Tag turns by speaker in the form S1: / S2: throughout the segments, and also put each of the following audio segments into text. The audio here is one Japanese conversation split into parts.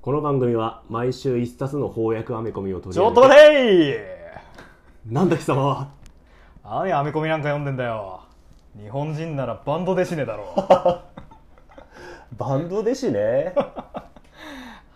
S1: この番組は毎週一冊の翻訳アメコミを取
S2: ち
S1: り上
S2: ょっ
S1: げ
S2: と待て
S1: なんだ貴様は
S2: 何アメコミなんか読んでんだよ日本人ならバンドデシネだろ
S1: バンドですしね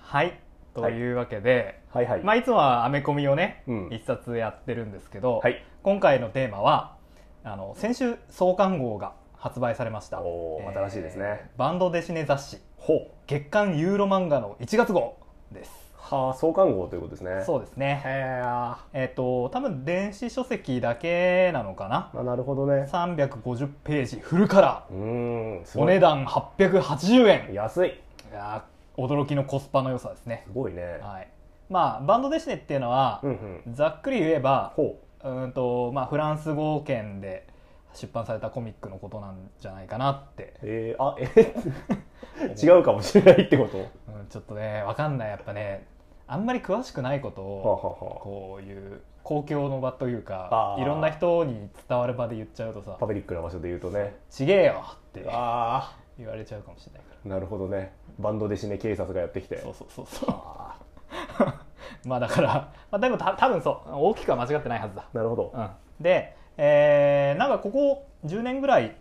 S2: はいというわけで、
S1: はい はい
S2: いまあ、いつもはアメコミをね、
S1: うん
S2: 一冊やってるんですけど、
S1: はい
S2: 今回のテーマはあの先週創刊号が発売されました
S1: おー新しいですね
S2: バンドデシネ雑誌
S1: ほ
S2: 月刊ユーロ漫画の1月号です
S1: はあ創刊号ということですね
S2: そうですね
S1: へえあ
S2: えっ、と多分電子書籍だけなのかな
S1: なるほどね
S2: 350ページフルカラ
S1: うーんす
S2: ーお
S1: ご
S2: 値
S1: い
S2: 段880円
S1: 安い
S2: いやー驚きのコスパの良さですね
S1: すごいね
S2: はいまあバンドデシネっていうのは、
S1: うんうん
S2: ざっくり言えば
S1: ほ
S2: うーんと、まあ、フランス語圏で出版されたコミックのことなんじゃないかなって、
S1: うえー、あえ 違うかもしれないってことは
S2: うん、ちょっとねわかんないやっぱねあんまり詳しくないこと
S1: あ、は
S2: を
S1: あは
S2: こういう公共の場というか
S1: あー
S2: いろんな人に伝わる場で言っちゃうとさ
S1: あ、パブリックな場所で言うとね
S2: 「ちげえよ!」って
S1: あ
S2: 言われちゃうかもしれないか
S1: あなるほどねバンドで死ね警察がやってきて
S2: らそうそうそうそう
S1: あ
S2: まあだから、まあ、でもた多分そう大きくは間違ってないはずだ
S1: あなるほど
S2: うん、で、えーなんかここ10年ぐらい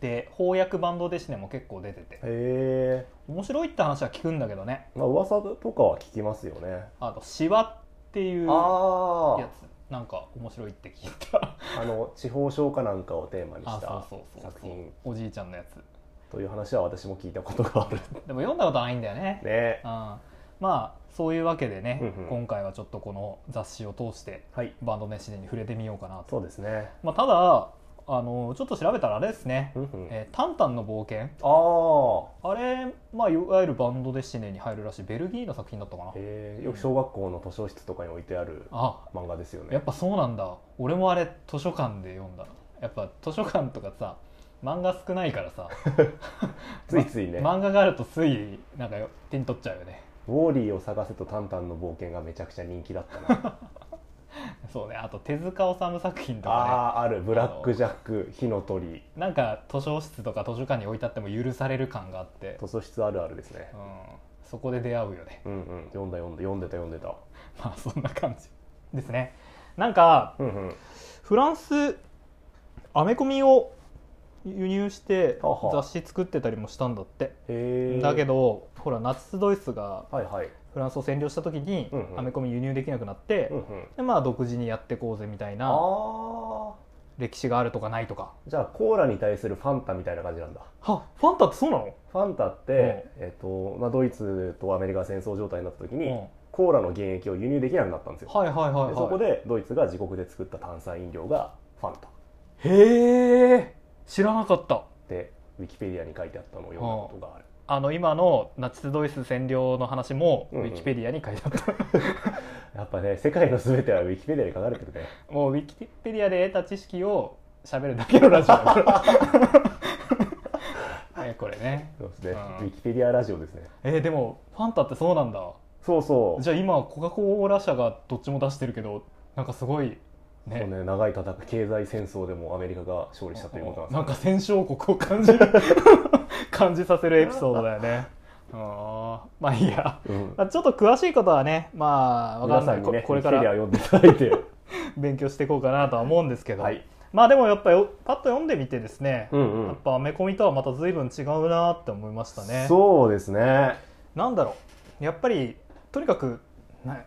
S2: で翻訳バンドデシネも結構出てて
S1: へえ
S2: 面白いって話は聞くんだけどね
S1: まあ噂とかは聞きますよね
S2: あと「しわ」っていうや
S1: ああ
S2: つなんか面白いって聞いた
S1: あの地方消化なんかをテーマにし
S2: あ
S1: た
S2: そうそうそう
S1: 作
S2: そう
S1: 品
S2: おじいちゃんのやつ
S1: という話は私も聞いたことがある
S2: でも読んだことないんだよね
S1: ね
S2: うん、まあそういうわけでね、
S1: うんうん
S2: 今回はちょっとこの雑誌を通して
S1: はい
S2: バンドデシネに触れてみようかなと、
S1: そうですね
S2: まあ、ただあのちょっと調べたらあれですね
S1: うんう
S2: 「
S1: ん
S2: えータンタンの冒険」
S1: あ
S2: あれ、まあ、いわゆるバンドデシネに入るらしいベルギーの作品だったかな
S1: あへえよく小学校の図書室とかに置いてある
S2: あ
S1: 漫画ですよ
S2: や
S1: ね
S2: っぱそうなんだ俺もあれ図書館で読んだなやっぱ図書館とかさ漫画少ないからさ
S1: ついついね
S2: 漫画があるとついなんかよ手に取っちゃうよね
S1: ウォーリーを探せとタンタンの冒険がめちゃくちゃ人気だった な
S2: そうねあと手塚治虫作品とか
S1: ああーあるブラックジャック火の鳥
S2: ねなんか図書室とか図書館に置いてあっても許される感があって、
S1: 図書室あるあるですね
S2: うん、そこで出会うよね
S1: うんうん読んだ読んだ読んでた読んでた
S2: まあそんな感じですねなんか
S1: うんうん
S2: フランスアメコミを輸入して
S1: はは
S2: 雑誌作ってたりもしたんだって、
S1: へえ
S2: だけどほらナチス・ドイツが
S1: はいはい
S2: フランスを占領した時に
S1: うんうん
S2: アメコミ輸入できなくなって、
S1: うんうん
S2: でまあ独自にやってこうぜみたいな
S1: ああ
S2: 歴史があるとかないとか
S1: じゃあコーラに対するファンタみたいな感じなんだ
S2: はファンタってそうなの
S1: ファンタって、えっとまあ、ドイツとアメリカが戦争状態になった時に、
S2: うん
S1: コーラの原液を輸入できなくなったんですよ、
S2: はいはいはいはい
S1: でそこでドイツが自国で作った炭酸飲料がファンタっ
S2: へえ知らなかった
S1: てウィキペディアに書いてあったのを読んだことがある、
S2: あの今のナチス・ドイツ占領の話もウ
S1: うんうん
S2: ィキペディアに書いてあった、
S1: やっぱね世界の全てはウィキペディアに書かれてるね
S2: もうウィキペディアで得た知識を喋るだけのラジオだから、 ね、これね
S1: そうですね、
S2: うん
S1: ウィキペディアラジオですね
S2: えーでもファンタってそうなんだ
S1: そうそう
S2: じゃあ今コカ・コーラ社がどっちも出してるけどなんかすごいね
S1: そうね長い戦い経済戦争でもアメリカが勝利したということなんです
S2: なんか戦勝国を感 じる感じさせるエピソードだよ ねあーまあいいや
S1: うん
S2: まあちょっと詳しいことはねまあわか
S1: 皆
S2: ん
S1: さ
S2: なんい
S1: に
S2: こ
S1: ね
S2: これか
S1: ウィキペ
S2: ら
S1: ディア読んでいただいて
S2: 勉強していこうか なとは思うんですけど、
S1: はい
S2: まあでもやっぱよパッと読んでみてですね、
S1: うんうん
S2: やっぱアメコミとはまた随分違うなって思いましたね
S1: そうですね
S2: なんだろうやっぱりとにかくなや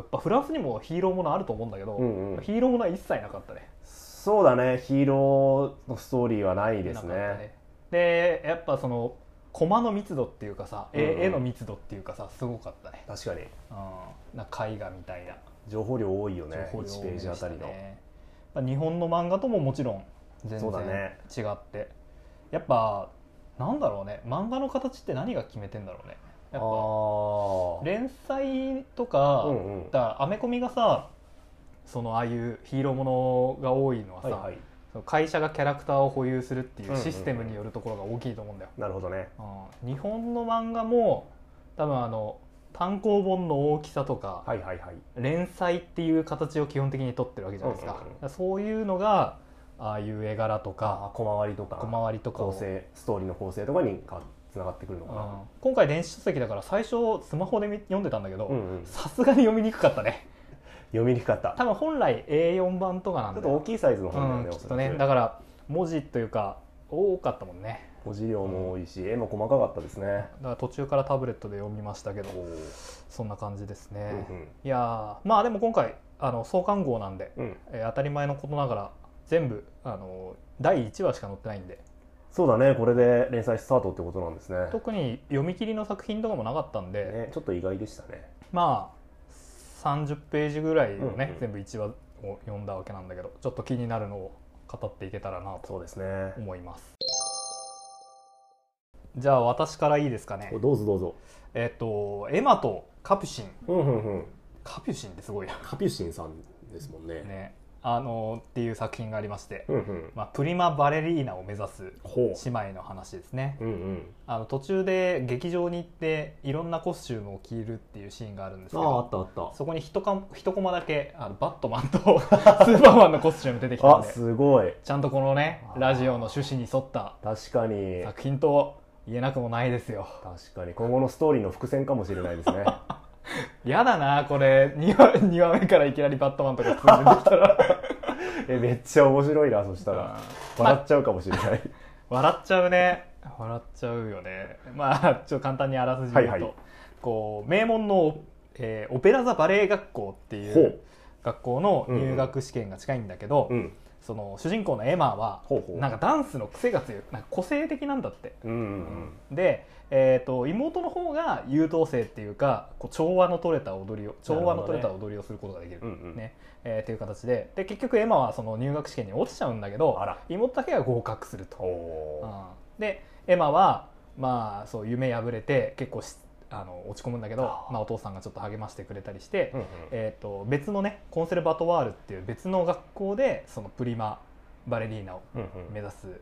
S2: っぱフランスにもヒーローものあると思うんだけど、
S1: うんうん
S2: ヒーローものは一切なかったね
S1: そうだねヒーローのストーリーはないです
S2: なかった
S1: ね
S2: でやっぱそのコマの密度っていうかさ、絵
S1: うんうん
S2: 絵の密度っていうかさすごかったね、
S1: 確かに
S2: うん、なんか絵画みたいな
S1: 情報量多いよね
S2: 情報量
S1: 1ページあたりの、
S2: ねまあ日本の漫画とももちろん全然
S1: そうだ
S2: 違
S1: ね
S2: って、やっぱなんだろうね漫画の形って何が決めてんだろうね
S1: あ
S2: やっぱ連載とか、
S1: あうんうん
S2: だからアメコミがさそのああいうヒーローものが多いのはさ、
S1: はいはい
S2: その会社がキャラクターを保有するってい
S1: ん
S2: う
S1: うんうん
S2: システムによるところが大きいと思うんだよ、
S1: なるほどね
S2: うん日本の漫画も多分あの単行本の大きさとか、
S1: はいはいはい
S2: 連載っていう形を基本的に取ってるわけじゃないですか,、
S1: うんうんうん
S2: だからそういうのがああいう絵柄と
S1: あ
S2: か
S1: ー小回りとか
S2: 小回りとかを
S1: 構成ストーリーの構成とかにかつながってくるのかな
S2: 今回電子書籍だから最初スマホで見読んでたんだけ
S1: うん
S2: ど
S1: うん
S2: さすがに読みにくかったね
S1: 読みにくかった
S2: 多分本来 A4 版とかなん
S1: ちょ
S2: で
S1: っと大きいサイズの本だよ
S2: う
S1: ね
S2: ん、
S1: おそ
S2: きっ
S1: ら
S2: と
S1: く
S2: ねだから文字というか多かったもんね
S1: 文字量も多いし絵も細かかったですね
S2: だから途中からタブレットで読みましたけど
S1: おー
S2: そんな感じですね、
S1: うん
S2: いやーまあでも今回あの創刊号なんで、
S1: うんうん
S2: えー当たり前のことながら全部あの第1話しか載ってないんで
S1: そうだねこれで連載スタートってことなんですね
S2: 特に読み切りの作品とかもなかったんで、
S1: ねちょっと意外でしたね
S2: まあ30ページぐらいをね、
S1: うんうん
S2: 全部1話を読んだわけなんだけどちょっと気になるのを語っていけたらな
S1: そう
S2: と
S1: ですね
S2: 思いますじゃあ私からいいですかね
S1: どうぞどうぞ
S2: えっとエマとカピュシン
S1: うんうんうん
S2: カピュシンってすごいな
S1: カピュシンさんですもんね
S2: ねあのっていう作品がありまして、
S1: うんうん
S2: まあ、プリマ・バレリーナを目指す
S1: ほ
S2: 姉妹の話ですね
S1: ううんうん
S2: あの途中で劇場に行っていろんなコスチュームを着るっていうシーンがあるんですけ
S1: あああ
S2: ど
S1: ったあった
S2: そこに一か一コマだけあのバットマンとスーパーマンのコスチューム出てきたん
S1: あ
S2: です
S1: ごい
S2: ちゃんとこのね
S1: あー
S2: ラジオの趣旨に沿った
S1: 確かに
S2: 作品と言えなくもないですよ
S1: 確かに今後のストーリーの伏線かもしれないですね
S2: やだなこれ2話 ,2 話目からいきなりバットマンとか普通に出てきたら
S1: えめっちゃ面白いなそしたら笑っちゃうかもしれない
S2: 笑っちゃうね笑っちゃうよねまあちょっと簡単にあらすじ言うと、
S1: はいはい
S2: こう名門の、えーオペラ座バレエ学校ってい
S1: ほ
S2: う
S1: う
S2: 学校の入学試験が近いんだけど、
S1: うん
S2: その主人公のエマは
S1: ほうほう
S2: なんかダンスの癖が強いなんか個性的なんだって
S1: うんうん
S2: で、えー、と妹の方が優等生っていうかこう調和の取れた踊りを調和の取れた踊りをすることができる
S1: うんうんうん
S2: ねえーっていう形でで結局エマはその入学試験に落ちちゃうんだけど
S1: あら
S2: 妹だけが合格すると
S1: お。お
S2: うんでエマはまあそう夢破れて結構しあの落ち込むんだけど
S1: あー
S2: まあ、お父さんがちょっと励ましてくれたりして、
S1: うんうん
S2: えー、と別のねコンセルバトワールっていう別の学校でそのプリマバレリーナを
S1: うんう
S2: 目
S1: ん
S2: 指す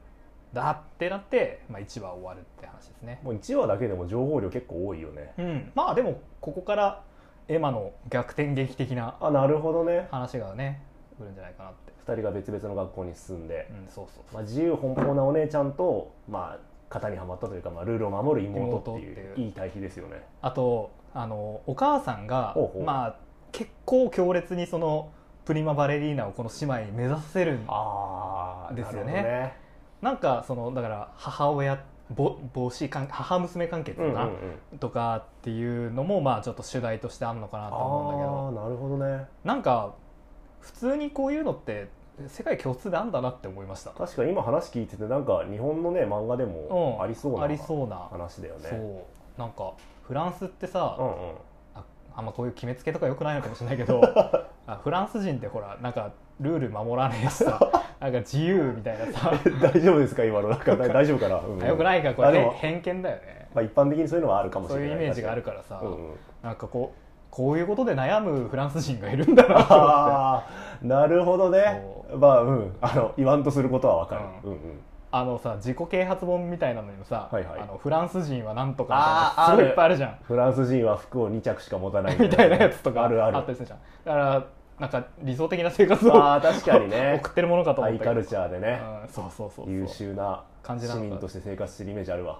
S2: だってなって、まあ、1話終わるって話ですね、
S1: もう1話だけでも情報量結構多いよね
S2: うん、まあでもここからエマの逆転劇的な
S1: あなるほどね
S2: 話がね来るんじゃないかなって、
S1: 2人が別々の学校に進んで
S2: う、ん、そうそう
S1: まあ、自由奔放なお姉ちゃんと、まあ、型にはまったというか、まあ、ルールを守る妹っていう
S2: 妹っていう
S1: いい対比ですよね
S2: あとあのお母さんが
S1: ほうほう
S2: まあ、結構強烈にそのプリマバレリーナをこの姉妹に目指せるん
S1: あ
S2: ーですよね
S1: なる
S2: なんかそのだから母親ぼ母子関母娘関係って
S1: ほ
S2: い
S1: どね
S2: うのかな、
S1: うんうんうん
S2: とかっていうのもまあちょっと主題としてあるのかなと思うんだけ
S1: ああな
S2: ど
S1: るほどね
S2: なんか普通にこういうのって世界共通であんだなって思いました
S1: 確かに今話聞いててなんか日本のね漫画でも
S2: うん
S1: ありそうな
S2: ありそうな、
S1: 話だよね
S2: そうなんかフランスってさ、
S1: うんうん
S2: ああんまこういう決めつけとかよくないのかもしれないけ どあフランス人ってほらなんかルール守らねえしさ なんか自由みたいなさ
S1: 大丈夫ですか今のなんか だ大丈夫かな、うん
S2: あよくないかこ
S1: あで
S2: れ
S1: も
S2: 偏見だよね
S1: まあ、一般的にそういうのはあるかもし
S2: そう
S1: れない
S2: いうイメージがあるからさ、
S1: 確かにうんうん
S2: なんかこうこういうことで悩むフランス人がいるんだなと 思って
S1: ああなるほどね
S2: そ
S1: まあうんあの言わんとすることはわかる、
S2: う
S1: うんうん
S2: あのさ自己啓発本みたいなのにもさ、
S1: はいはい
S2: あのフランス人はなんとか
S1: あー
S2: みたいなすごい
S1: ある
S2: いっぱいあるじゃん
S1: フランス人は服を2着しか持たない
S2: みたいなやつとか
S1: あるある
S2: ったりするじゃんだからなんか理想的な生活を
S1: あー確かに ね
S2: 送ってるものかと
S1: ハ
S2: 思
S1: イ
S2: った
S1: カ
S2: け
S1: ル
S2: ど
S1: チャーでね、
S2: うんそうそうそうそう
S1: 優秀な
S2: 感じな
S1: 市
S2: のか
S1: 民として生活してるイメージあるわ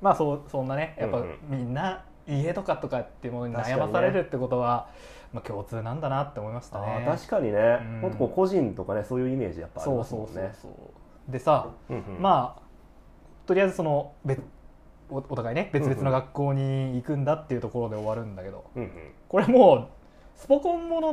S2: まあそうそんなねやっぱ、
S1: うんうん
S2: みんな家とかとかっていうものに
S1: 確か
S2: 悩
S1: にね
S2: まされるってことは、まあ、共通なんだなって思いました
S1: あ
S2: ね
S1: ー確かにね、
S2: うん
S1: ほんとこう個人とかねそういうイメージやっぱあり
S2: そう
S1: ます
S2: そ
S1: も
S2: うんそう
S1: ね
S2: そうでさ
S1: あ
S2: まあとりあえずその別おお互いね別々の学校に行くんだっていうところで終わるんだけど、
S1: うんうん
S2: これもうスポコンもの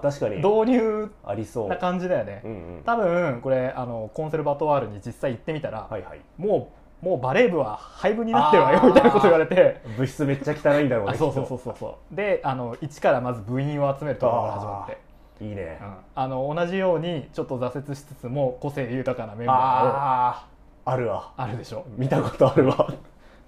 S1: あー確かに
S2: 導入
S1: ありそう
S2: な感じだよね
S1: うんうん
S2: 多分これあのコンセルバトワールに実際行ってみたら、
S1: はいはい
S2: もうもうバレー部は廃部になってるわよみたいなこと言われて
S1: 物質めっちゃ汚いんだろうね
S2: あそうそう
S1: き
S2: そ
S1: っ
S2: うそうそうであの一からまず部員を集めるところから始まって
S1: といいね、
S2: うんあの同じようにちょっと挫折しつつも個性豊かなメンバーを
S1: あああるわ
S2: あるでしょ
S1: 見たことあるわ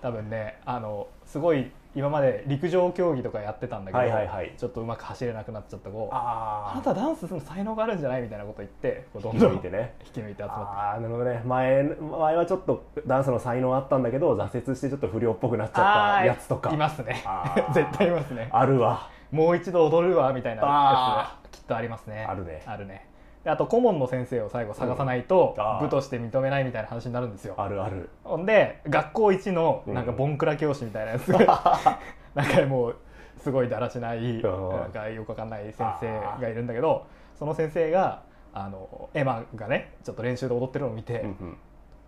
S2: 多分ねあのすごい今まで陸上競技とかやってたんだけど、
S1: はいはいはい
S2: ちょっとうまく走れなくなっちゃった子あ
S1: あ
S2: なたダンスする才能があるんじゃないみたいなこと言ってこうどん
S1: 見
S2: ど
S1: と
S2: ん
S1: いてね
S2: 引き抜いて集まっ
S1: ああなるほどね前前はちょっとダンスの才能あったんだけど挫折してちょっと不良っぽくなっち
S2: て
S1: ゃったやつとか
S2: いますね
S1: あー
S2: 絶対いますね
S1: あるわ
S2: もう一度踊るわみたいなや
S1: あ
S2: つがきっとありますね
S1: あるね
S2: あるねであと顧問の先生を最後探さないと
S1: うんあー
S2: 部として認めないみたいな話になるんですよ
S1: あるある
S2: ほんで学校一のなんか
S1: うん
S2: ボンクラ教師みたいなやつ、 なんかもうすごいだらしない
S1: うん
S2: なんかよくわかんない先生がいるんだけどその先生があのエマがねちょっと練習で踊ってるのを見て、
S1: うんうん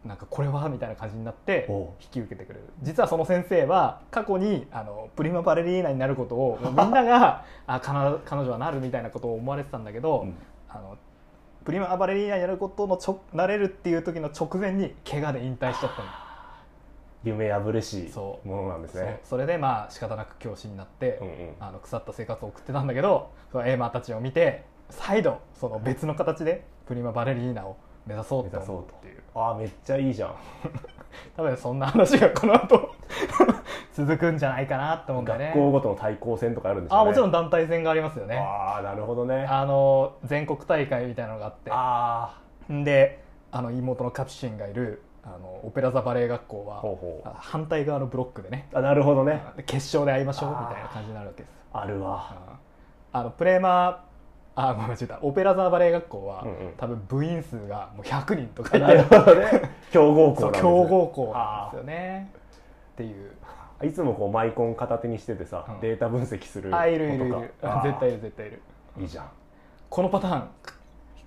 S2: なんかこれはみたいな感じになって
S1: おう
S2: 引き受けてくれる実はその先生は過去にあのプリマバレリーナになるこ とをもうみんながあかな彼女はなるみたいなことを思われてたんだけど、
S1: うん
S2: あのプリマバレリーナになることのちょなれるっていう時の直前に怪我で引退しちゃったの。
S1: 夢破れし
S2: そ
S1: も
S2: う
S1: のなんです
S2: そう
S1: ね
S2: それでまあ仕方なく教師になって、
S1: うんうん
S2: あの腐った生活を送ってたんだけどそのエーマーたちを見て再度その別の形でプリマバレリーナを目指そう
S1: 目
S2: と
S1: 指そ
S2: 思う
S1: う
S2: っ
S1: と
S2: ていう
S1: ああめっちゃいいじゃん
S2: 多分そんな話がこの後 続くんじゃないかなと思うんだよね
S1: 学校ごとの対抗戦とかあるんでしょうね
S2: あもちろん団体戦がありますよね
S1: ああなるほどねあ
S2: あの全国大会みたいなのがあって
S1: あ
S2: んであの妹のカプシンがいるあのオペラ座バレエ学校
S1: ー
S2: は
S1: ほうほう
S2: あ反対側のブロックでね
S1: あなるほどね
S2: で決勝で会いましょうみたいな感じになるわけです
S1: あるわ
S2: あのプレーマーあごめん違ったオペラ座バレエ学校は、
S1: うんうん
S2: 多分部員数がもう100人とか
S1: あ
S2: い
S1: なる
S2: て
S1: ほどね強豪校
S2: そ
S1: な
S2: うん
S1: ですね
S2: 強豪校なんですよねっていう
S1: いつもこうマイコン片手にしててさ、
S2: うん
S1: データ分析する
S2: あいるいるい
S1: 子
S2: る
S1: とかあー
S2: 絶対いる絶対いる
S1: いいじゃん
S2: このパターン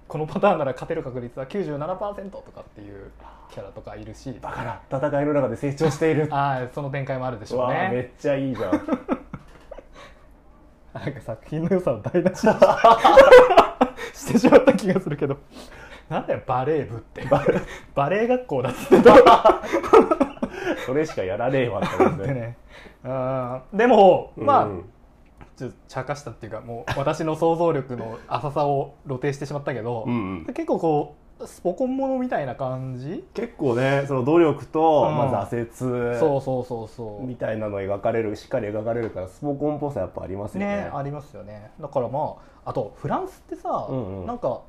S2: このパターンなら勝てる確率は97%とかっていうキャラとかいるし
S1: だから戦いの中で成長している
S2: あーその展開もあるでしょう
S1: わあめ
S2: ね
S1: っちゃいいじゃ ん
S2: なんか作品の良さを台無しにし してしまった気がするけどなんだよバレー部ってバレエ学校だっつってた
S1: それしかやらねえわって感じ
S2: で
S1: で
S2: ね、 あーでも、まあ、
S1: うん
S2: ちょっと茶化したっていうかもう私の想像力の浅さを露呈してしまったけど、
S1: うんうん
S2: 結構こうスポコンものみたいな感じ、
S1: 結構ねその努力と、
S2: うん
S1: まあ、挫折
S2: そうそうそうそう
S1: みたいなの描かれるしっかり描かれるからスポコンっぽさやっぱありますよね
S2: ねありますよねだからまああとフランスってさ、
S1: うんうん
S2: なんか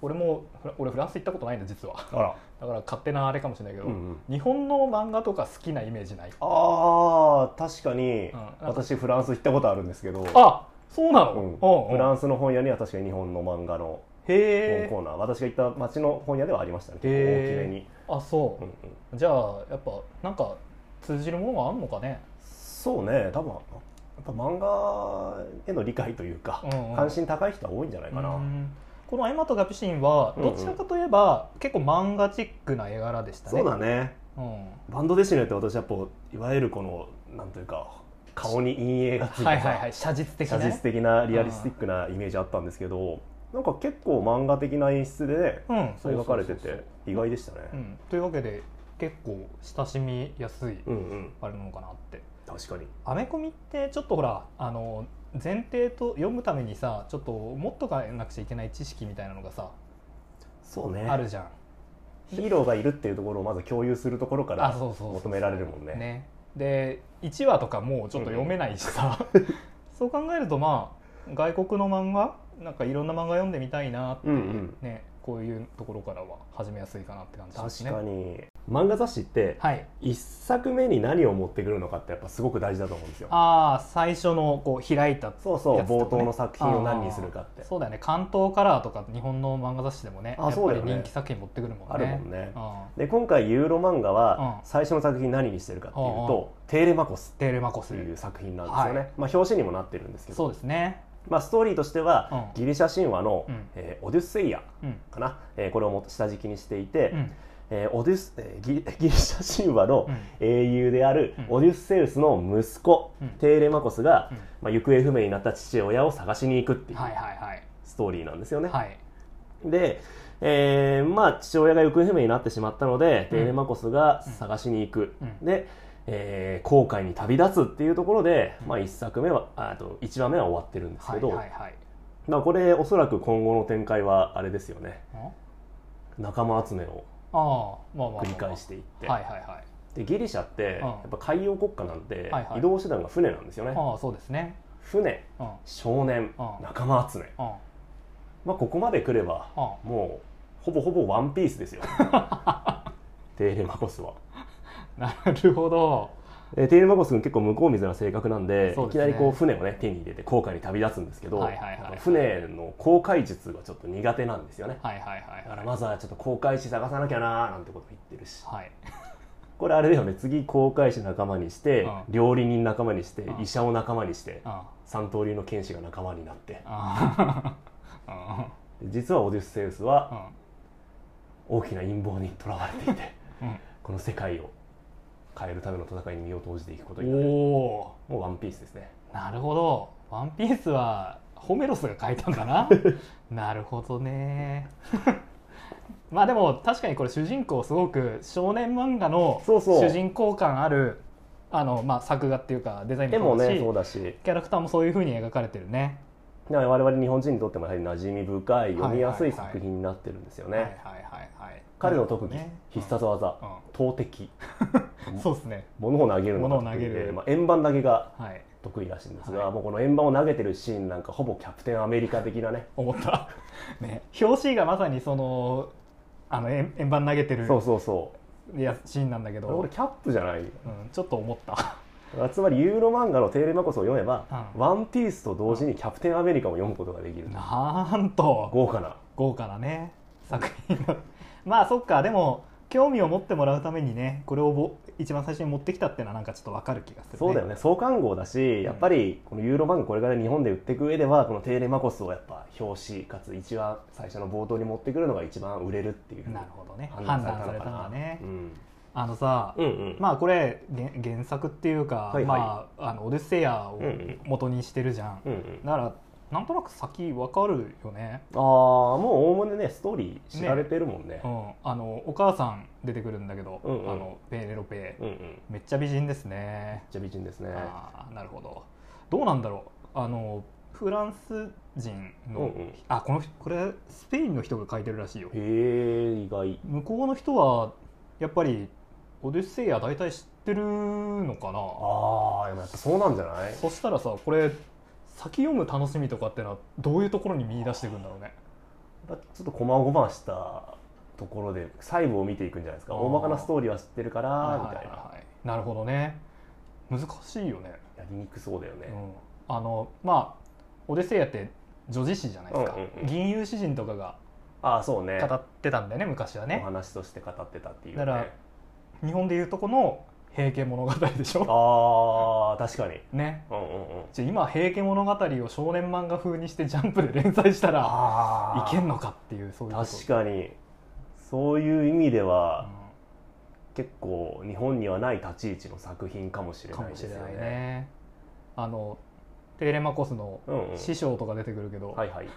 S2: 俺もフラ俺フランス行ったことないんだ実は
S1: あら
S2: だから勝手なあれかもしれないけど、
S1: うんうん
S2: 日本の漫画とか好きなイメージない
S1: あー確かに、
S2: うん
S1: 私フランス行ったことあるんですけど、
S2: あそうなの、
S1: うん
S2: うんうん
S1: フランスの本屋には確かに日本の漫画の
S2: へ
S1: コーナー、私が行った町の本屋ではありましたね結構大きめ
S2: え
S1: に、
S2: あそう、
S1: うんうん、
S2: じゃあやっぱなんか通じるものがあるのかね
S1: そうね多分やっぱ漫画への理解というか、
S2: うんうん
S1: 関心高い人は多いんじゃないかな、
S2: うんこの「エマとガピシン」は
S1: うんう
S2: ど
S1: ん
S2: ちらかといえば、結構漫画チックな絵柄でしたね
S1: そうだね
S2: うん
S1: バンドデシネって私はこういわゆるこのなんというか顔に陰影がついて
S2: はいはいはい写実的な
S1: 写
S2: ね
S1: 実的なリアリスティックなイメージあったんですけどなんか結構漫画的な演出でね
S2: うんそうそうそうそう
S1: 描かれてて意外でしたね、
S2: うん、というわけで結構親しみやすい
S1: うん、うんうん
S2: あれなのかなって
S1: 確かに
S2: アメコミってちょっとほらあの前提と読むためにさちょっと持っとかなくちゃいけない知識みたいなのがさ
S1: そうね
S2: あるじゃん
S1: ヒーローがいるっていうところをまず共有するところか
S2: あ
S1: ら
S2: そうそうそう
S1: 求められるもんね
S2: ねで1話とかもうちょっと読めないしさ、 そう考えるとまあ外国の漫画なんかいろんな漫画読んでみたいな、
S1: うんうん
S2: ね、こういうところからは始めやすいかなって感じです
S1: 確
S2: ね。
S1: かに漫画雑誌って
S2: はい、
S1: 一作目に何を持ってくるのかってやっぱすごく大事だと思うんですよ
S2: ああ最初のこう開いた
S1: そうそう、
S2: やつとかね
S1: 冒頭の作品を何にするかって
S2: そうだよね関東カラーとか日本の漫画雑誌でもね
S1: あ
S2: やっ
S1: そう
S2: ぱ
S1: だ
S2: り
S1: よね
S2: 人気作品持ってくるもんね。
S1: あるもんね
S2: うん
S1: で今回ユーロ漫画は
S2: うん
S1: 最初の作品何にしてるかっていう
S2: うんうん
S1: と「テーレマコス」
S2: テーレマコ
S1: と
S2: ス
S1: いう作品なんですよね、
S2: はい
S1: まあ表紙にもなってるんですけど
S2: そうですね、
S1: まあ、ストーリーとしては、
S2: う
S1: ギリシャ神話の、
S2: うん
S1: えーオデュッセイア
S2: うん
S1: かな、えーこれをも下敷きにしていて、
S2: うん
S1: えーオデュスえーギリ ギリシャ神話の
S2: うん
S1: 英雄である
S2: うん
S1: オデュッセウスの息子、
S2: うん
S1: テーレマコスが、
S2: うん
S1: まあ、行方不明になった父親を探しに行くっていう
S2: はいはいはい
S1: ストーリーなんですよね。
S2: はい
S1: で、えーまあ、父親が行方不明になってしまったので、
S2: うん
S1: テーレマコスが探しに行く、
S2: うん
S1: で、えー航海に旅立つっていうところで、まあ、1作目はああと1話目は終わってるんです
S2: は
S1: け
S2: い
S1: ど、
S2: はいはい
S1: まあ、これおそらく今後の展開はあれですよね
S2: ん
S1: 仲間集めを
S2: ああまあまあまあまあ
S1: 繰り返していって、
S2: はいはいはい
S1: でギリシャって
S2: うん
S1: やっぱ海洋国家なんで、
S2: はいはい
S1: 移動手段が船なんですよね、
S2: ああそうですね
S1: 船
S2: うんうん
S1: 少年
S2: うん
S1: 仲間集め、
S2: うん
S1: まあ、ここまで来ればもうほぼほぼワ ンピースですよテーレマコスは
S2: なるほど
S1: えーティーレン・マコス君結構向こう水な性格なんで
S2: そう
S1: いき
S2: ですね
S1: なりこう船をね手に入れて航海に旅立つんですけど、
S2: はいはいはい
S1: あの船の航海術がちょっと苦手なんですよね
S2: はいはいはい
S1: だか
S2: は
S1: ら
S2: い
S1: まずはちょっと航海士探さなきゃなーなんてこと言ってるし
S2: はい
S1: これあれだよね次航海士仲間にして、
S2: う
S1: 料理人仲間にして、
S2: うん
S1: 医者を仲間にして、
S2: うん
S1: 三刀流の剣士が仲間になって
S2: あー
S1: で実はオデュッセウス
S2: う
S1: は
S2: ん
S1: 大きな陰謀にとらわれていて
S2: うん
S1: この世界を変えるための戦いに身を投じていくこと
S2: うん
S1: になる
S2: おお
S1: もうワンピースですね
S2: なるほど「ワンピースはホメロスが書いたん だななるほどね まあでも確かにこれ主人公すごく少年漫画の
S1: そうそう
S2: 主人公感あるあの、まあ、作画っていうかデザイン
S1: でも
S2: そうだ
S1: ね
S2: し
S1: そうだし
S2: キャラクターもそういうふうに描かれてるね
S1: だから我々日本人にとってもやはり馴染み深い読みやすい
S2: はいはいはい
S1: 作品になってるんですよ
S2: はいはい
S1: ね
S2: はいはい
S1: 彼の特技、
S2: なるほどね
S1: 必殺技
S2: うん
S1: 投擲
S2: うんそうですね
S1: 物を投げるのが得意で
S2: 物を投げる
S1: まあ、円盤投げが
S2: はい
S1: 得意らしいんですが、
S2: はい
S1: もうこの円盤を投げてるシーンなんかほぼキャプテンアメリカ的なね
S2: 思った ね表紙がまさにそのあの円円盤投げてる
S1: そうそうそう
S2: いやシーンなんだけ
S1: これ
S2: ど
S1: 俺、キャップじゃない
S2: うん、ちょっと思った
S1: つまりユーロ漫画の「テーレマコス」を読めば「
S2: うん
S1: ワンピースと同時に「キャプテンアメリカ」も読むことができる
S2: なんと
S1: 豪華な
S2: 豪華なね作品だ まあそっかでも興味を持ってもらうためにねこれをぼ一番最初に持ってきたっていうのはなんかちょっとわかる気がする、ね、
S1: そうだよね創刊号だしやっぱりこのユーロ漫画これから日本で売っていく上ではこの「テーレマコス」をやっぱ表紙かつ一番最初の冒頭に持ってくるのが一番売れるっていうふうに
S2: なるほどね
S1: 判
S2: 判
S1: 断
S2: 断
S1: さ
S2: さ
S1: れ
S2: れ
S1: た
S2: た
S1: の
S2: の
S1: か
S2: は
S1: な
S2: ね
S1: うん
S2: あのさ、
S1: うんうん
S2: まあこれ原原作っていうか、
S1: はいはい
S2: まあ、あのオデュッセイヤを
S1: うんうん
S2: 元にしてるじゃん、
S1: うんうん
S2: だからなんとなく先わかるよね、
S1: ああもうおおむねねストーリー知られてるもんね
S2: うん、あのお母さん出てくるんだけど、
S1: うんうん
S2: あのペーネロペ
S1: うんうんめっ
S2: めっちゃ美人ですね
S1: ちゃ美人ですね
S2: ああなるほどどうなんだろうあのフランス人の、
S1: うんうん
S2: あこの人これスペインの人が書いてるらしいよ
S1: へえ意外
S2: 向こうの人はやっぱり「オデュッセイヤ」大体知ってるのかな
S1: ああでもやっぱそうなんじゃない
S2: そしたらさこれ先読む楽しみとかってのはどういうところに見出していくんだろうね
S1: ちょっとこまごましたところで細部を見ていくんじゃないですか
S2: あー
S1: 大まかなストーリーは知ってるからみたい
S2: は
S1: な
S2: はなるほどね難しいよね、
S1: やりにくそうだよ
S2: う
S1: ね
S2: ん、あのまあオデュッセイヤって女子詩じゃないですか、
S1: うんうんうん
S2: 銀融詩人とかが
S1: ああそうね
S2: 語ってたんだよね昔は
S1: お
S2: ね
S1: 話として語ってたっていうね
S2: だから日本でいうとこの「平家物語」でし ょ
S1: あー確かに
S2: ね
S1: うんうんうん
S2: じゃあ今「平家物語」を少年漫画風にしてジャンプで連載したら
S1: あ
S2: いけんのかっていうそういうこと
S1: 確かにそういう意味では、
S2: う
S1: 結構日本にはない立ち位置の作品かもしれ
S2: んか
S1: ない
S2: も
S1: です
S2: し
S1: よ
S2: れないね
S1: ね。
S2: あのテーレマコスの
S1: うんうん
S2: 師匠とか出てくるけど、
S1: はいはい、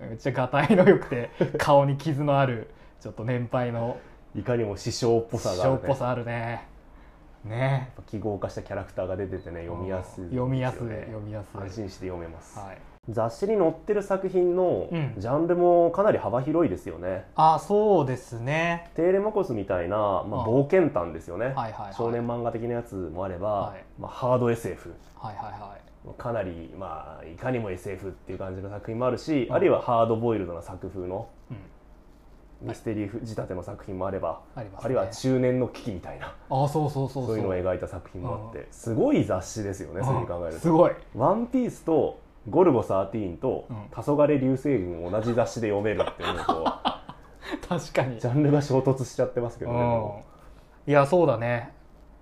S2: めっちゃがたいのよくて顔に傷のあるちょっと年配の
S1: いかにも師匠っぽ
S2: 師
S1: さがある、
S2: 匠
S1: ね、
S2: っぽさあるねね
S1: 記号化したキャラクターが出ててね読みやすいですよね、
S2: 読みやすい読みやすい
S1: 安心して読めます、
S2: はい、
S1: 雑誌に載ってる作品の
S2: うん
S1: ジャンルもかなり幅広いですよね、
S2: あそうですね
S1: テーレマコスみたいな、まあ、
S2: あ
S1: 冒険探ですよね、
S2: はいはいはい
S1: 少年漫画的なやつもあれば、
S2: はい
S1: まあ、ハード SF
S2: はいはいはい
S1: かなり、まあ、いかにも SF っていう感じの作品もあるし、
S2: うん
S1: あるいはハードボイルドな作風の
S2: うん
S1: ミステリー仕立ての作品もあれば、
S2: ありますね
S1: あるいは中年の危機みたいな
S2: あそうそうそう
S1: そういうのを描いた作品もあって、すごい雑誌ですよねそういうふうに考える
S2: す
S1: と
S2: ごい
S1: 「ワンピースと「ゴルゴ13」と
S2: うん
S1: 「黄昏流星群」を同じ雑誌で読めるっていうのと
S2: 確かに
S1: ジャンルが衝突しちゃってますけどねもう
S2: うんいやそうだね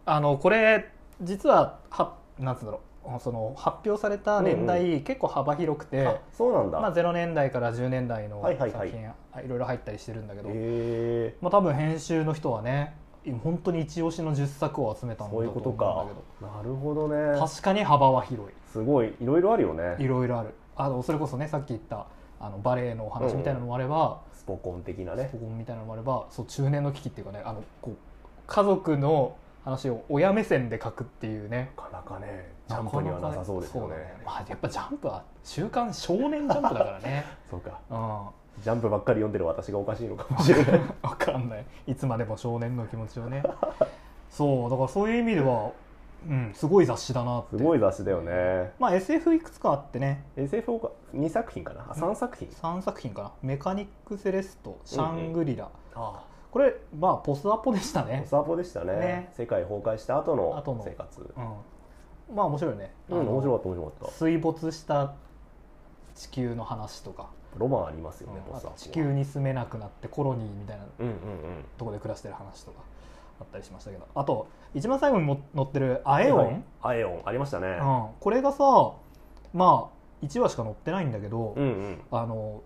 S2: あのこれ実ははなんつうんだろうその発表された年代、結構幅広くて
S1: あそうなんだ、
S2: まあ、0年代から10年代の
S1: はい
S2: 作
S1: はい
S2: 品、
S1: はい
S2: いろいろ入ったりしてるんだけど、
S1: え
S2: まあ、多分編集の人はね本当に一押しの10作を集めた
S1: ー、
S2: んだ
S1: そういう
S2: 思
S1: こ
S2: ん
S1: とか
S2: だけど
S1: なるほどね
S2: 確かに幅は広
S1: すごいいろいろあるよ
S2: いい
S1: ね
S2: ろいろあるあのそれこそねさっき言ったあのバレエのお話みたいなのもあれば、
S1: スポコン的なね
S2: 保護みたいなのもあればそう中年の危機っていうかねあのこう家族の話を親目線で書くっていうね
S1: なかなかねジャンプにはなさそうですよね
S2: なかなかねそうだまあ、やっぱジャンプは「週刊少年ジャンプ」だからね
S1: そうか
S2: うん わ
S1: ジャンプばっかり読んでる私がおかしいのかもしれない
S2: かんないいつまでも少年の気持ちを ねそうだからそういう意味では、うん、すごい雑誌だなって
S1: すごい雑誌だよね
S2: まあ SF いくつかあってね
S1: SF が2作品かなあ3作品
S2: 3作品かな「メカニック・セレスト」「シャングリラ」
S1: あ
S2: これまあポスアポでしたね
S1: お、散歩でしたね
S2: ね
S1: 世界崩壊した後の
S2: 後の
S1: 生活
S2: うん、まあ面白いね、
S1: うん
S2: あの
S1: 面白かった面白かっ
S2: 水没した地球の話とか、
S1: たロマンありますよね
S2: うん
S1: ポ
S2: あ
S1: ス
S2: と
S1: アポ
S2: 地球に住めなくなってコロニーみたいな
S1: うんうんうん
S2: とこで暮らしてる話とかあったりしましたけどあと一番最後にも載ってる「アエオン」
S1: はいアエオンありましたね
S2: うん、これがさまあ1話しか載ってないんだけど、
S1: うんうん
S2: あの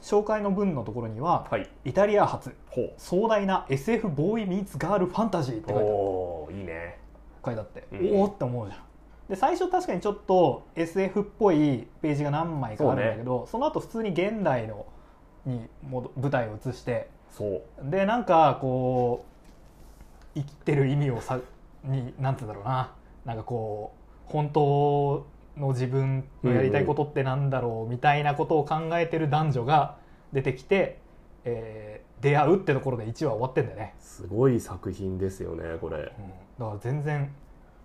S2: 紹介の文のところには
S1: はい
S2: 「イタリア発
S1: ほう
S2: 壮大な SF ボーイミーツガールファンタジー」って書いてある
S1: おおーいいね
S2: 書いてあって、
S1: うん
S2: おおって思うじゃん。で最初確かにちょっと SF っぽいページが何枚かあるんだけどそ,、の後普通に現代のに戻舞台を移して
S1: そう
S2: でなんかこう生きてる意味をさになんて言うんだろうななんかこう本当の自分のやりたいことってなんだろうみたいなことを考えてる男女が出てきて、えー出会うってところで1話終わってんだよね、
S1: すごい作品ですよねこれ
S2: うんだから全然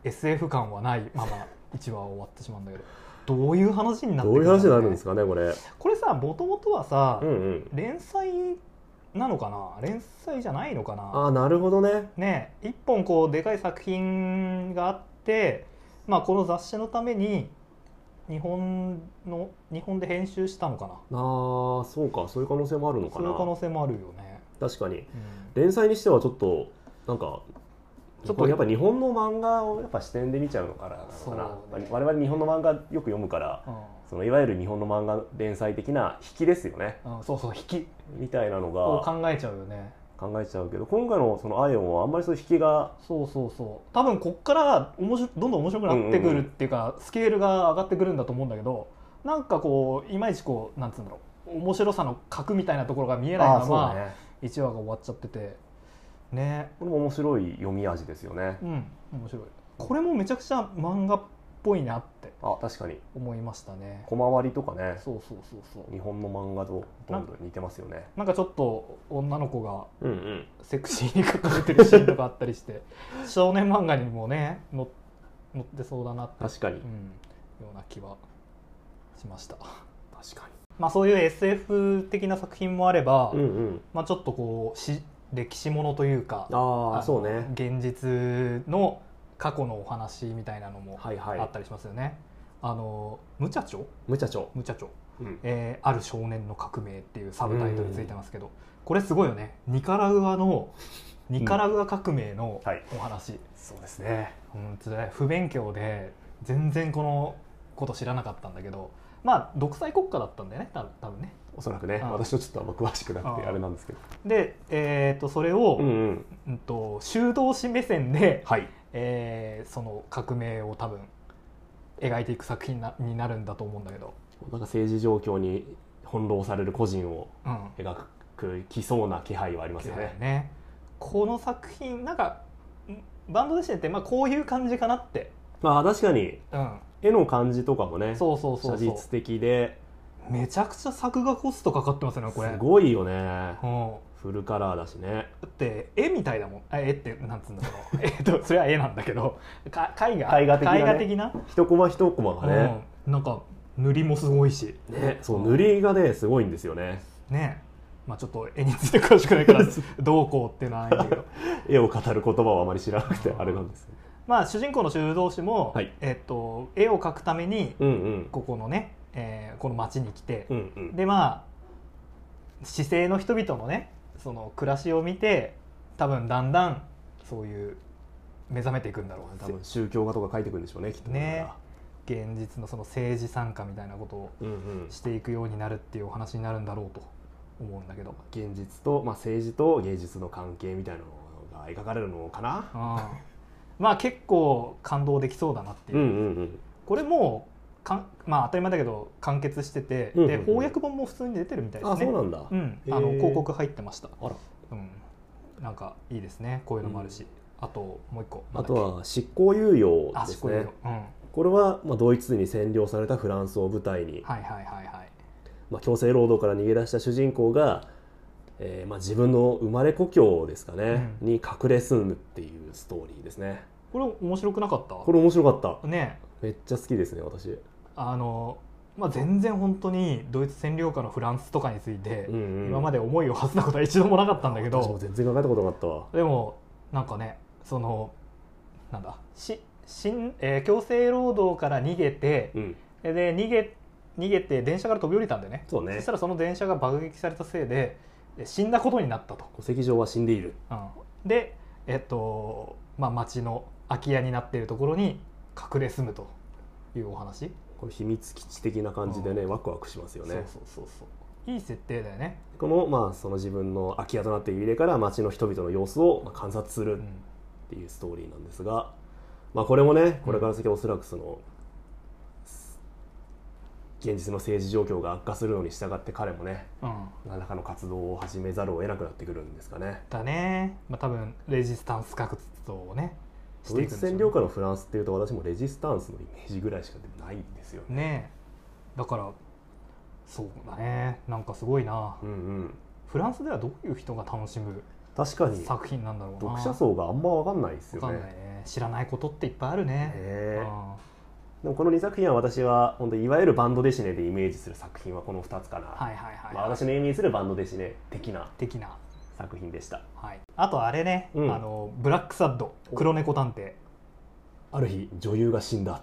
S2: SF 感はないまま1話終わってしまうんだけど どういう話になって
S1: どういう話になるんです
S2: か
S1: かねこれ
S2: これさもともとはさ、
S1: うんうん
S2: 連載なのかな連載じゃないのかな
S1: ああなるほどね
S2: ね一本こうでかい作品があって、まあ、この雑誌のために日本の日本で編集したのかな
S1: あーそうかそういう可能性もあるのか
S2: そうい
S1: な
S2: う可能性もあるよね、
S1: 確かに
S2: うん
S1: 連載にしてはちょっとなんか
S2: ちょっと
S1: これやっぱ日本の漫画をやっぱ視点で見ちゃうのからなの
S2: そう
S1: か
S2: ね
S1: な、我々日本の漫画よく読むから
S2: う
S1: そのいわゆる日本の漫画連載的な引きですよね
S2: んうんそうそう引き
S1: みたいなの
S2: を
S1: が
S2: 考えちゃうよね
S1: 考えちゃうけど今回のその「アイオン」はあんまりそういう引きが
S2: そうそうそう多分こっから面白どんどん面白くなってくるっていうか、スケールが上がってくるんだと思うんだけどなんかこういまいちこうなんつうんだろう面白さの核みたいなところが見えないま
S1: あーそう
S2: ま
S1: ね
S2: 1話が終わっちゃっててね
S1: これも面白い読み味ですよね
S2: うん面白いこれもめちゃくちゃ漫画っぽいなって
S1: あ確かに
S2: 思いましたね
S1: 小回りとかね
S2: そうそうそうそう
S1: 日本の漫画とどんどん似てますよね
S2: なんかちょっと女の子が
S1: うんうん
S2: セクシーに書かれてるシーンとかあったりして少年漫画にもねの載ってそうだなって、
S1: 確かに
S2: うん、ような気はしました
S1: 確か
S2: まあそういう SF 的な作品もあれば、
S1: にうんうん
S2: まあ、ちょっとこうし歴史ものというか
S1: あ
S2: あ
S1: あ
S2: の
S1: そうね
S2: 現実の過去のお話みたいなのも
S1: はいは
S2: あっ
S1: い
S2: たりしますよね。あの無茶町
S1: 無茶帳
S2: 無茶町、
S1: うん
S2: えーある少年の革命っていうサブタイトルついてますけど、これすごいよね。ニカラグアのニカラグア革命の
S1: はい
S2: お話。
S1: そうですね
S2: うん、つらい不勉強で全然このこと知らなかったんだけど、まあ独裁国家だったんだよね。多分多分ね。
S1: おそらくね
S2: あー
S1: 私はちょっとあんま詳しくなくて
S2: あー
S1: あれなんですけど
S2: で、えっ、とそれを、
S1: うんうん
S2: うんと修道士目線で、
S1: はい
S2: えーその革命を多分描いていく作品なになるんだと思うんだけど。
S1: なんか政治状況に翻弄される個人を
S2: うん。
S1: 描くきそうな気配はありますよね
S2: ねこの作品なんかんバンドデッシンってまあこういう感じかなって、
S1: まあ確かに
S2: うん、
S1: 絵の感じとかもね
S2: そうそうそ
S1: 写
S2: うそう
S1: 実的で
S2: めちゃくちゃ作画コストかかってますよね
S1: す
S2: これ
S1: ごいよね
S2: うん、
S1: フルカラーだしね
S2: だって絵みたいだもんあ絵ってなんつうんだろう えっとそれは絵なんだけどか絵画
S1: 絵画的なね
S2: 絵画的な、
S1: 一コマ一コマがね
S2: うん、なんか塗りもすごいし
S1: ねそう塗りがねすごいんですよね
S2: ねまあちょっと絵について詳しくないから どうこうっていうのはないんだけど
S1: 絵を語る言葉はあまり知らなくて
S2: うん
S1: あれなんですね
S2: まあ主人公の修道士も、
S1: はい
S2: えっと絵を描くために
S1: うんうん
S2: ここのね、えーこの町に来て
S1: う、んうん
S2: でまあ市政の人々のねその暮らしを見て多分だんだんそういう目覚めていくんだろう
S1: 多
S2: 多分
S1: 分宗教画とか書いてくるんでしょうねきっと
S2: ね現実のその政治参加みたいなことを
S1: うんうん
S2: していくようになるっていうお話になるんだろうと思うんだけど
S1: 現実と、まあ、政治と芸術の関係みたいなのが描かれるのかな
S2: ああまあ結構感動できそうだなっていう、
S1: うん
S2: これもうかんまあ当たり前だけど完結してて、
S1: うんうん
S2: で
S1: うん
S2: 翻訳本も普通に出てるみたいです
S1: あ
S2: ね
S1: そうなんだ、
S2: うん、
S1: へー
S2: あの広告入ってました、
S1: あら
S2: うん、なんかいいですねこういうのもあるし、あともう一個
S1: あとは執行猶予で
S2: あそ
S1: す
S2: こいい
S1: ね
S2: よ、うん、はい
S1: これは、まあ、ドイツに占領されたフランスを舞台に、
S2: はいはいはい
S1: まあ、強制労働から逃げ出した主人公が、えーまあ、自分の生まれ故郷ですかね、
S2: う
S1: に隠れ住むっていうストーリーですね
S2: これ面白くなかった
S1: これ面白かった
S2: ね
S1: めっちゃ好きですね私
S2: あのまあ、全然本当にドイツ占領下のフランスとかについて
S1: うんうん
S2: 今まで思いを馳せたことは一度もなかったんだけ
S1: 私も
S2: ど
S1: 全然考えたことなかったわ
S2: でもなんかねそのなんだししん、えー強制労働から逃げて
S1: うん
S2: で逃げ逃げて電車から飛び降りたんだよね
S1: そうね
S2: したらその電車が爆撃されたせいでえ死んだことになったと、
S1: 戸籍上は死んでいる
S2: うんで、えっとまあ、町の空き家になっているところに隠れ住むというお話、
S1: これ秘密基地的な感じでねワクワクしますよ
S2: そう
S1: ね
S2: そうそうそういい設定だよね、
S1: このまあその自分の空き家となっている家から街の人々の様子をまあ観察す
S2: う
S1: る
S2: ん
S1: っていうストーリーなんですが、まあ、これもねこれから先おそらくその、現実の政治状況が悪化するのに従って彼もね
S2: うん、
S1: 何らかの活動を始めざるを得なくなってくるんですかね。
S2: だね、まあ、多分レジスタンス活動をねし
S1: ド
S2: てい
S1: イ
S2: くん
S1: ツ
S2: でしょ
S1: 占
S2: うね
S1: 領下のフランスっていうと私もレジスタンスのイメージぐらいしかないんですよね。
S2: ねえだからそうだねなんかすごいな
S1: うんうん、
S2: フランスではどういう人が楽しむ
S1: 確かに
S2: 作品なんだろうな
S1: 読者層があんま分かんないです
S2: わ
S1: よ
S2: か
S1: ね。
S2: んないね知らないことっていっぱいあるね、
S1: ねえ
S2: うん
S1: でもこの2作品は私は本当いわゆるバンドデシネでイメージする作品はこの2つかな、
S2: はいはいはい、
S1: まあ、私のイメージするバンドデシネ的な
S2: 的な、
S1: 作品でした
S2: はい、あとあれね、
S1: うん
S2: あのブラックサッド黒猫探偵
S1: ある日女優が死んだ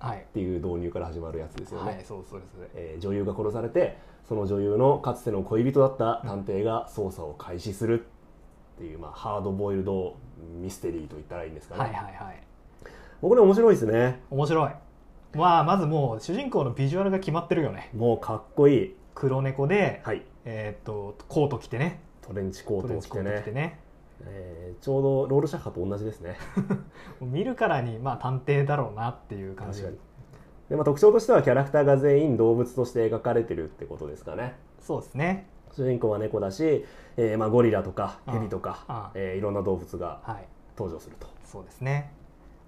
S2: はい、
S1: っていう導入から始まるやつですよね、
S2: はいそうそうです
S1: えー女優が殺されてその女優のかつての恋人だった探偵が捜査を開始するっていう、まあ、ハードボイルドミステリーと言ったらいいんですかね、
S2: はいはいはい
S1: 僕ね面白いですね
S2: 面白いまあまずもう主人公のビジュアルが決まってるよね
S1: もうかっこいい
S2: 黒猫で、
S1: はい
S2: えーっとコート着てね
S1: トレンチコー
S2: ト
S1: ト
S2: レン
S1: を
S2: チ
S1: 着
S2: コ
S1: て
S2: ート
S1: ね
S2: 着てね
S1: えーちょうどロールシャッハと同じですね
S2: もう見るからにまあ探偵だろうなっていう感じ
S1: 確かにで、まあ、特徴としてはキャラクターが全員動物として描かれてるってことですかね
S2: そうですね
S1: 主人公は猫だし、えーまあ、ゴリラとか
S2: うん
S1: ヘビとか、
S2: う
S1: えーいろんな動物が
S2: はい
S1: 登場すると、
S2: そうですね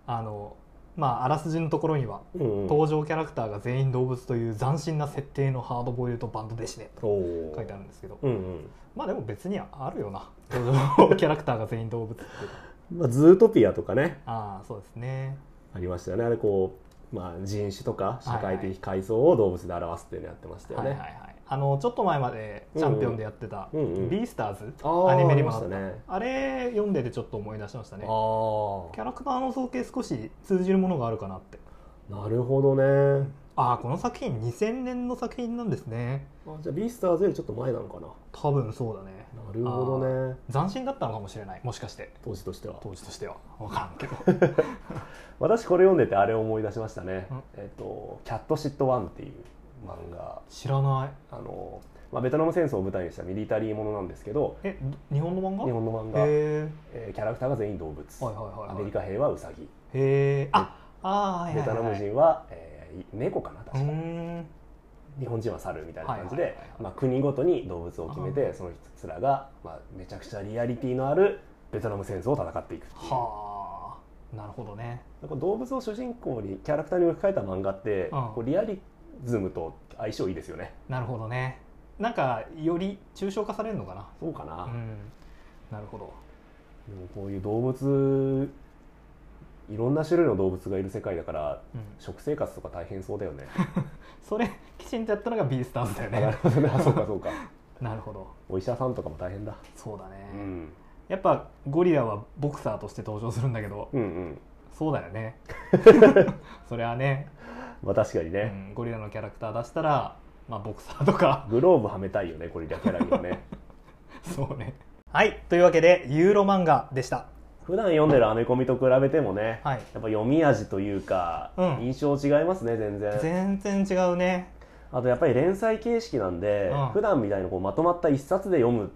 S2: あのまああらすじのところには
S1: うんうん、
S2: 登場キャラクターが全員動物という斬新な設定のハードボイルドバンドでしねと
S1: お
S2: 書いて
S1: あ
S2: あるんですけど
S1: る、うん
S2: まあでも別にあるよな登場キャラクターが全員動物 って
S1: うんまあ、ズートピアとかね
S2: ああそうですね
S1: ありましたよねあれこう、まあ、人種とか社会
S2: はいは
S1: 的階層を動物で表すっていうのやってましたよ
S2: はい
S1: ね、
S2: はいはいあのちょっと前までチャンピオンでやってた「
S1: うんうん
S2: ビースターズ」
S1: あー
S2: アニメにもな
S1: あ
S2: っ
S1: りま
S2: た
S1: したね
S2: あれ読んでてちょっと思い出しましたねキ
S1: あ
S2: ャラクターの造形少し通じるものがあるかなって
S1: あなるほどね
S2: ああこの作品2000年の作品なんですね
S1: あじゃあビースターズよりちょっと前なのかな
S2: 多分そうだね
S1: なるほどね
S2: 斬新だったのかもしれないもしかして
S1: 当時としては
S2: 当時としては分からんけど
S1: 私これ読んでてあれを思い出しましたね
S2: うん
S1: 「えっとキャットシットワン」っていう漫画
S2: 知らない
S1: あの、まあ、ベトナム戦争を舞台にしたミリタリーものなんですけど
S2: え日本の漫画
S1: 日本の漫画、え
S2: へ
S1: ーキャラクターが全員動物、
S2: えはいはい
S1: ア
S2: はい
S1: メ
S2: は
S1: リ
S2: い
S1: カ兵はウサギ
S2: へえああーはい
S1: ベ
S2: はい
S1: トナ
S2: は
S1: ム
S2: い
S1: 人は、えーい猫かな確か、
S2: うーん
S1: 日本人は猿みたいな感じで、
S2: はいはいはいはい
S1: まあ、国ごとに動物を決めてその人らが、まあ、めちゃくちゃリアリティのあるベトナム戦争を戦っていくっていう
S2: はあなるほどね
S1: なんか動物を主人公にキャラクターに置き換えた漫画って、
S2: うん
S1: こうリアリズムと相性いいですよね
S2: なるほどねなんかより抽象化されるのか
S1: そうかな、
S2: なうんなるほど
S1: でもこういう動物いろんな種類の動物がいる世界だから
S2: うん
S1: 食生活とか大変そうだよね
S2: それきちんとやったのがビースターズだよ
S1: なる
S2: ね
S1: ほどねあそうかそうか
S2: なるほど
S1: お医者さんとかも大変だ、
S2: そうだ
S1: う
S2: ね
S1: ん、
S2: やっぱゴリラはボクサーとして登場するんだけど
S1: うんうん
S2: そうだよ ねそれはね
S1: まあ確かに
S2: う
S1: ね、
S2: んゴリラのキャラクター出したらまあボクサーとか
S1: グローブはめたいよねこれだけラにはね
S2: そうね。はい、というわけで、ユーロ漫画でした。
S1: 普段読んでるアメコミと比べてもね、
S2: はい。
S1: やっぱ読み味というか、
S2: うん
S1: 印象違いますね全然
S2: 全然違うね。
S1: あとやっぱり連載形式なんで、
S2: うん
S1: 普段みたいにこうまとまった一冊で読む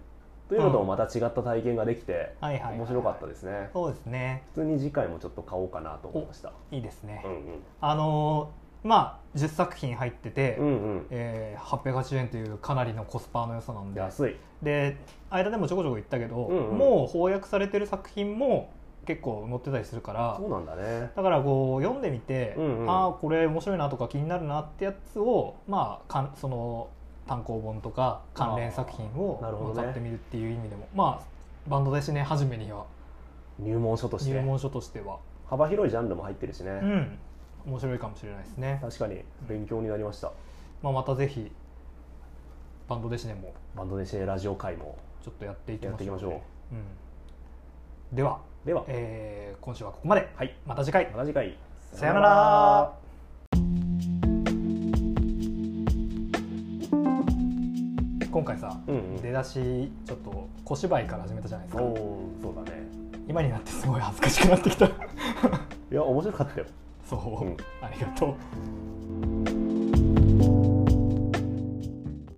S1: というのと
S2: う
S1: もま
S2: ん
S1: た違った体験ができて、
S2: はいはいはいはい
S1: 面白かったですね
S2: そうですね。
S1: 普通に次回もちょっと買おうかなと思いました
S2: いいですね
S1: う。ん
S2: あのーまあ、10作品入ってて、
S1: うんうんうん
S2: えー880円というかなりのコスパの良さなんで、
S1: 安い
S2: で、間でもちょこちょこ言ったけど、
S1: うんうん
S2: もう翻訳されてる作品も結構載ってたりするから
S1: そ、うなんだね
S2: だからこう読んでみて、
S1: うんうん
S2: ああこれ面白いなとか気になるなってやつをまあかんその単行本とか関連作品を
S1: あーなるほどね
S2: まあ買ってみるっていう意味でも、まあバンドですね初めには
S1: 入門書とし
S2: 入
S1: て
S2: 門書としては、
S1: 幅広いジャンルも入ってるし
S2: う
S1: ね、
S2: ん面白いかもしれないですね、
S1: 確かに勉強になりました
S2: まあ、またぜひバンドでシネも
S1: バンドでしてラジオ会も
S2: ちょっとやっていき
S1: やっ
S2: ま
S1: ていき
S2: しょう
S1: ましょ
S2: うん、では、
S1: うでは
S2: えー今週はここまで
S1: はい
S2: また次回
S1: また次回
S2: さよなら今回さ、
S1: うんうん
S2: 出だしちょっと小芝居から始めたじゃないですか
S1: おーそうだね
S2: 今になってすごい恥ずかしくなってきた
S1: いや面白かったよ
S2: そう、
S1: うん
S2: ありがとう